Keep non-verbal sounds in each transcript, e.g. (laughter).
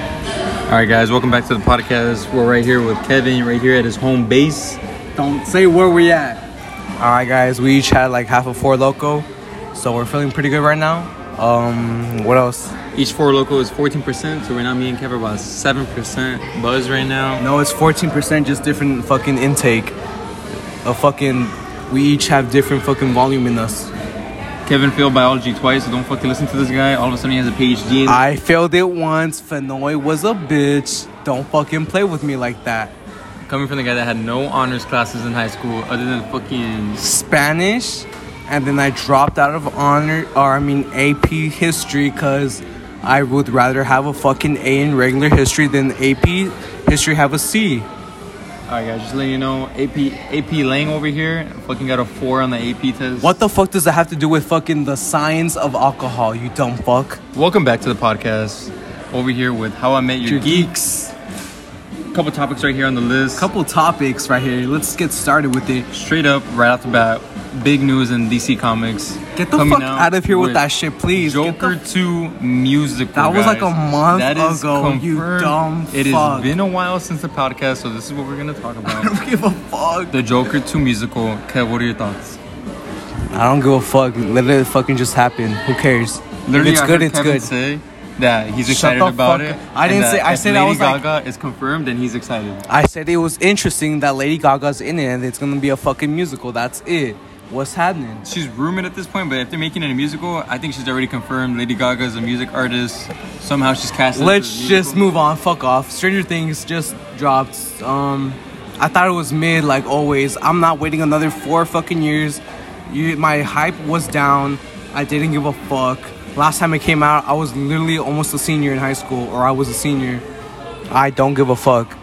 All right, guys, welcome back to the podcast. We're right here with Kevin, right here at his home base. Don't say where we at. All right, guys, we each had like half a four loco, so we're feeling pretty good right now. Um, what else? Each four local is 14%, so right now me and Kev are about 7% buzz right now. No, it's fourteen percent, just different fucking intake. A fucking, we each have different fucking volume in us. Kevin failed biology twice, so don't fucking listen to this guy. All of a sudden he has a PhD in I failed it once. Fenoy was a bitch. Don't fucking play with me like that. coming from the guy that had no honors classes in high school other than fucking Spanish, and then I dropped out of honor, or I mean AP history, because I would rather have a fucking A in regular history than AP history have a C. All right, guys, just letting you know, AP AP Lang over here fucking got a four on the AP test. What the fuck does that have to do with fucking the science of alcohol, you dumb fuck? Welcome back to the podcast. Over here with How I Met Your, Geek. Couple topics right here on the list. Couple topics right here. Let's get started with it. Straight up, right off the bat, big news in DC Comics. Get the coming fuck out of here with that shit, please. Get the Joker 2 musical. That was like a guys. month That is ago, you confirmed. dumb It fuck. has been a while since the podcast, so this is what we're gonna talk I about. don't give a fuck. (laughs) the Joker 2 musical. Kev, what are your thoughts? I don't give a fuck. Let it fucking just happen. Who cares? If Literally, it's I good, heard it's Kevin good. Say that he's Shut excited the about fuck it. up. I and didn't say- I if said I Lady was like- Gaga is confirmed, and he's excited. I said it was interesting that Lady Gaga's in it and it's gonna be a fucking musical. That's it. What's happening? She's rumored at this point, but if they're making it a musical, I think she's already confirmed. Lady Gaga is a music artist. Somehow she's cast. into Let's the just musical. move on. Fuck off. Stranger Things just dropped. Um, I thought it was mid, like always. I'm not waiting another four fucking years. You, my hype was down. I didn't give a fuck. Last time it came out, I was literally almost a senior in high school, or I was a senior. I don't give a fuck.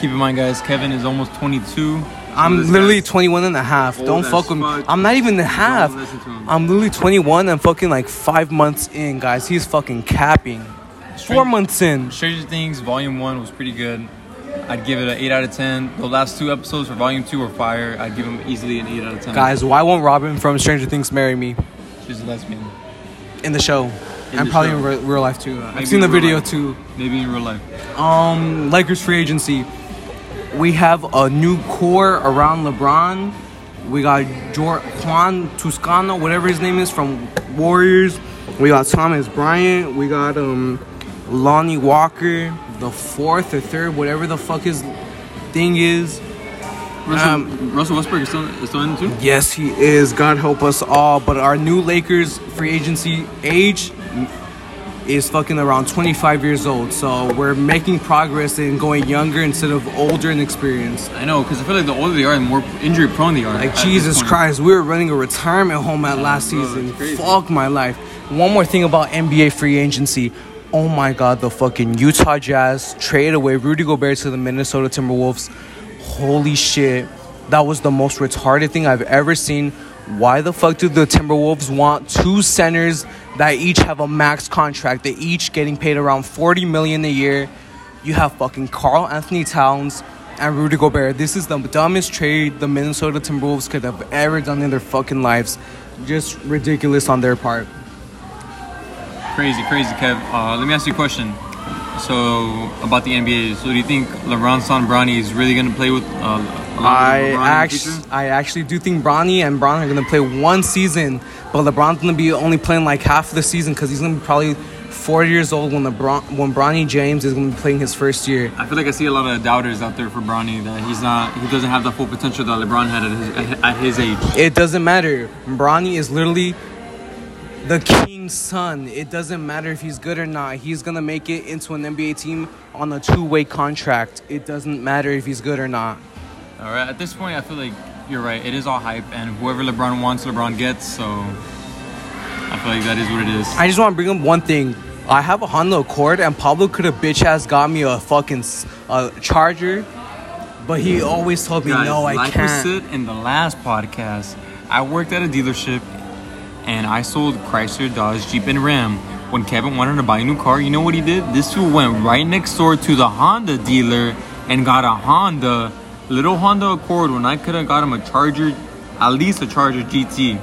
Keep in mind, guys, Kevin is almost 22. So I'm this literally guy's 21 and a half. old Don't as fuck with me. fuck. I'm not even a half. listen to him. I'm literally 21 and fucking like five months in, guys. He's fucking capping. Four Strange- months in. Stranger Things Volume One was pretty good. I'd give it an eight out of ten. The last two episodes for Volume Two were fire. I'd give them easily an eight out of ten. Guys, why won't Robin from Stranger Things marry me she's a lesbian. in the show? In and the probably show. in re- real life too. Maybe I've seen the in real video life. too. Maybe in real life. Um, Lakers free agency. We have a new core around LeBron. We got Jor- Juan Toscano, whatever his name is, from Warriors. We got Thomas Bryant. We got um, Lonnie Walker, the fourth or third, whatever the fuck his thing is. Russell, Um, Russell Westbrook is still, is still in it too. Yes, he is. God help us all. But our new Lakers free agency age is fucking around 25 years old. So we're making progress in going younger instead of older in experience. I know, because I feel like the older they are, the more injury prone they are. Like at this Jesus point. Christ, we were running a retirement home at last bro, season. it's crazy. Fuck my life. One more thing about NBA free agency. Oh my God, the fucking Utah Jazz traded away Rudy Gobert to the Minnesota Timberwolves. Holy shit, that was the most retarded thing I've ever seen. Why the fuck do the Timberwolves want two centers that each have a max contract? They each getting paid around 40 million a year. You have fucking Carl Anthony Towns and Rudy Gobert. This is the dumbest trade the Minnesota Timberwolves could have ever done in their fucking lives. Just ridiculous on their part. Crazy, crazy, Kev. Uh, let me ask you a question. So about the NBA. So do you think LeBron San Brownie is really gonna play with? Uh, along with LeBron I in the actually, future? I actually do think Bronny and Bron are gonna play one season, but LeBron's gonna be only playing like half the season because he's gonna be probably four years old when LeBron, when Bronny James is gonna be playing his first year. I feel like I see a lot of doubters out there for Bronny that he's not, he doesn't have the full potential that LeBron had at his, at his age. It doesn't matter. Bronny is literally the king's son. It doesn't matter if he's good or not. He's gonna make it into an NBA team on a two-way contract. It doesn't matter if he's good or not. All right, at this point, I feel like you're right. It is all hype, and whoever LeBron wants, LeBron gets. So I feel like that is what it is. I just want to bring up one thing. I have a Honda Accord, and Pablo could have bitch ass got me a fucking s- a Charger, but he always told me Guys, no, I like can't. we said in the last podcast, I worked at a dealership and I sold Chrysler, Dodge, Jeep, and Ram. When Kevin wanted to buy a new car, you know what he did? This fool went right next door to the Honda dealer and got a Honda, little Honda Accord when I could have got him a Charger, at least a Charger GT.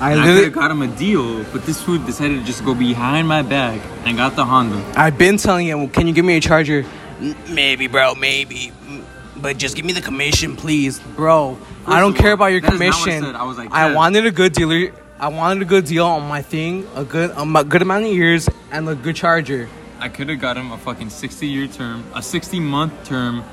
I, I I could literally, have got him a deal, but this fool decided to just go behind my back and got the Honda. I've been telling him, can you give me a charger? "N- Maybe, bro, maybe. "M- But just give me the commission, please, bro. I First don't of all, care about your that is not what I commission. said. I was like, I "Kev." wanted a good dealer. I wanted a good deal on my thing, a good, um, a good amount of years, and a good charger. I could have got him a fucking 60 year term, a 60 month term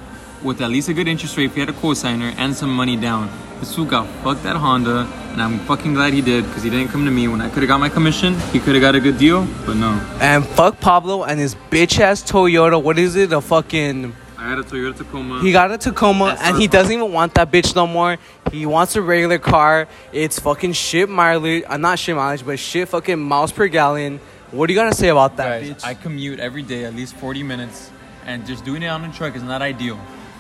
with at least a good interest rate if he had a cosigner and some money down. This fool got fucked that Honda, and I'm fucking glad he did because he didn't come to me when I could have got my commission. He could have got a good deal, but no. And fuck Pablo and his bitch ass Toyota. What is it? A fucking. I had a Toyota Tacoma. He got a Tacoma That's and our he fault. doesn't even want that bitch no more. He wants a regular car. It's fucking shit mileage. Uh, not shit mileage, but shit fucking miles per gallon. What are you gonna say about that, Guys, bitch? I commute every day at least 40 minutes, and just doing it on a truck is not ideal.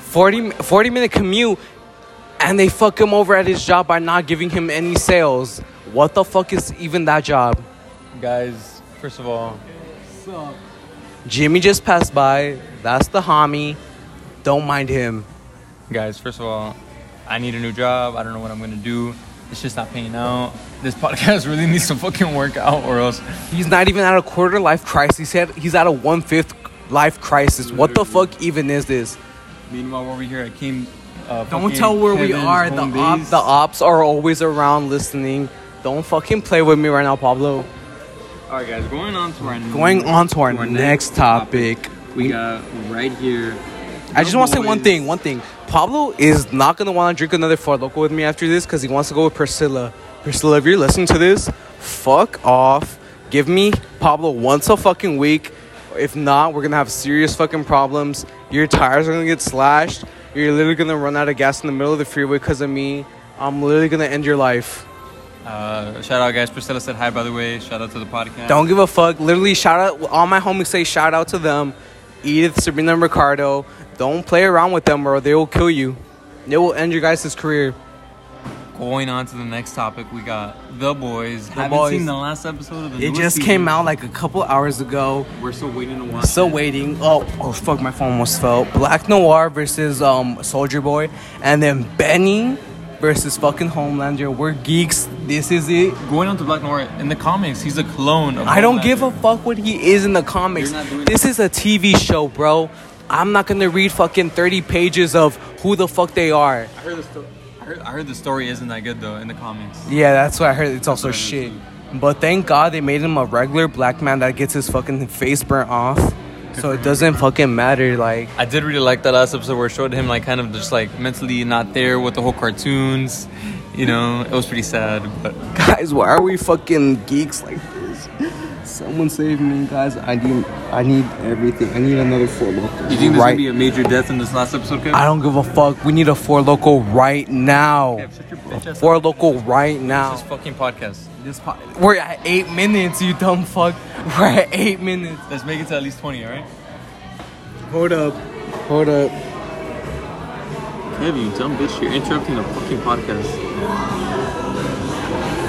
40, 40 minute commute and they fuck him over at his job by not giving him any sales. What the fuck is even that job? Guys, first of all, Jimmy just passed by. That's the homie. Don't mind him. guys, first of all, I need a new job. I don't know what I'm gonna do. It's just not paying out. This (laughs) podcast really needs to fucking work out, or else. He's not even at a quarter life crisis yet. He's at a one fifth life crisis. What the Literally. fuck even is this? Meanwhile, over here, I came. Uh, Don't fucking tell where we Kevin's are. The, home op- base. the ops are always around listening. Don't fucking play with me right now, Pablo. All right, guys, going on to our Going on to our, next, topic. We got right here. I just Your want to say one boys. thing. One thing. Pablo is not gonna want to drink another Four Loco with me after this because he wants to go with Priscilla. Priscilla, if you're listening to this, fuck off. Give me Pablo once a fucking week. If not, we're gonna have serious fucking problems. Your tires are gonna get slashed. You're literally gonna run out of gas in the middle of the freeway because of me. I'm literally gonna end your life. Uh, shout out, guys. Priscilla said hi, by the way. Shout out to the podcast. Don't give a fuck. Literally, shout out. All my homies say shout out to them. Edith, Sabrina, and Ricardo. Don't play around with them, bro. They will kill you. They will end your guys' career. Going on to the next topic, we got the boys. Haven't Boys. seen the last episode of the. It newest just season. came out like a couple hours ago. We're still waiting to watch. Still it. waiting. Oh, oh fuck! My phone almost fell. Black Noir versus um Soldier Boy, and then Benny versus fucking Homelander. We're geeks. This is it. Going on to Black Noir in the comics, he's a clone. Of I don't Homelander. give a fuck what he is in the comics. You're not doing This is a TV show, bro. I'm not gonna read fucking 30 pages of who the fuck they are. I heard the story. I heard, I heard the story isn't that good though in the comics. Yeah, that's what I heard. It's also what I heard, shit. But thank God they made him a regular black man that gets his fucking face burnt off. So it doesn't fucking matter. Like, (laughs) I did really like that last episode where it showed him like kind of just like mentally not there with the whole cartoons. You know, it was pretty sad. But guys, why are we fucking geeks like this? (laughs) Someone save me, guys. I need, I need everything. I need another four local. you think there's gonna be a major death in this last episode, Kev? I don't give a fuck. We need a four local right now. Kev, shut your bitch ass Four up. local right This now. is fucking podcast. This po- We're at eight minutes, you dumb fuck. (laughs) We're at eight minutes. Let's make it to at least twenty. All right. Hold up. Hold up. Kev, you dumb bitch! You're interrupting the fucking podcast.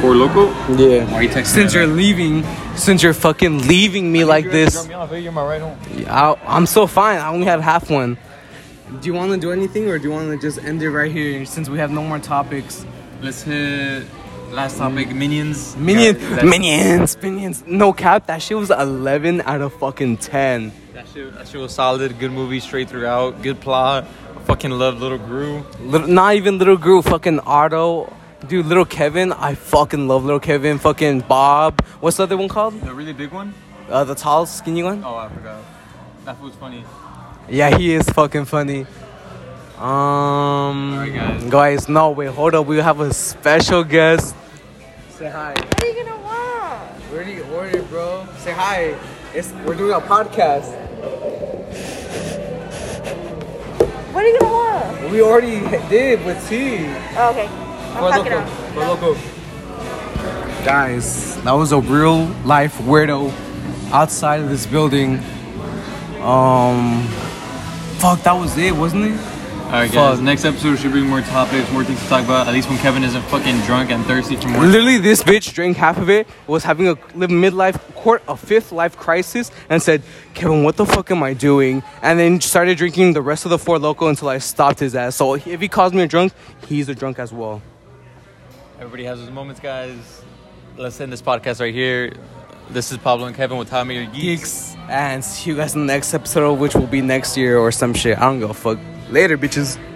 Four loco. Yeah. Why are you texting? Since you're leaving, since you're fucking leaving me like this, eh? I, I'm so fine. I only had half one. Do you want to do anything, or do you want to just end it right here since we have no more topics? Let's hit last topic. Minions. Minions, Yeah, that- minions, minions. No cap, that shit was 11 out of fucking 10. That shit, that shit was solid. Good movie straight throughout. Good plot. I fucking love Little Gru. Little, not even little Gru, fucking Otto, dude. Little Kevin, I fucking love little Kevin. Fucking Bob. What's the other one called? The really big one? Uh, the tall, skinny one. Oh, I forgot. That fool's funny. Yeah, he is fucking funny. Um, Alright, guys. guys, no wait, hold up. We have a special guest. Say hi. What are you gonna want? Where do you order, bro? Say hi. It's we're doing a podcast. What are you gonna want? We already did with tea. Oh, okay. I'm fucking off. Guys, that was a real life weirdo outside of this building. Um, fuck, that was it, wasn't it? Alright, guys. Fuck. Next episode should bring more topics, more things to talk about. At least when Kevin isn't fucking drunk and thirsty from work. Literally, this bitch drank half of it, was having a li- midlife court, a fifth life crisis, and said, Kevin, what the fuck am I doing? And then started drinking the rest of the Four Loco until I stopped his ass. So if he calls me a drunk, he's a drunk as well. Everybody has those moments, guys. Let's end this podcast right here. This is Pablo and Kevin with How I Made Your Geeks. Geeks. And see you guys in the next episode, which will be next year or some shit. I don't give a fuck. Later, bitches.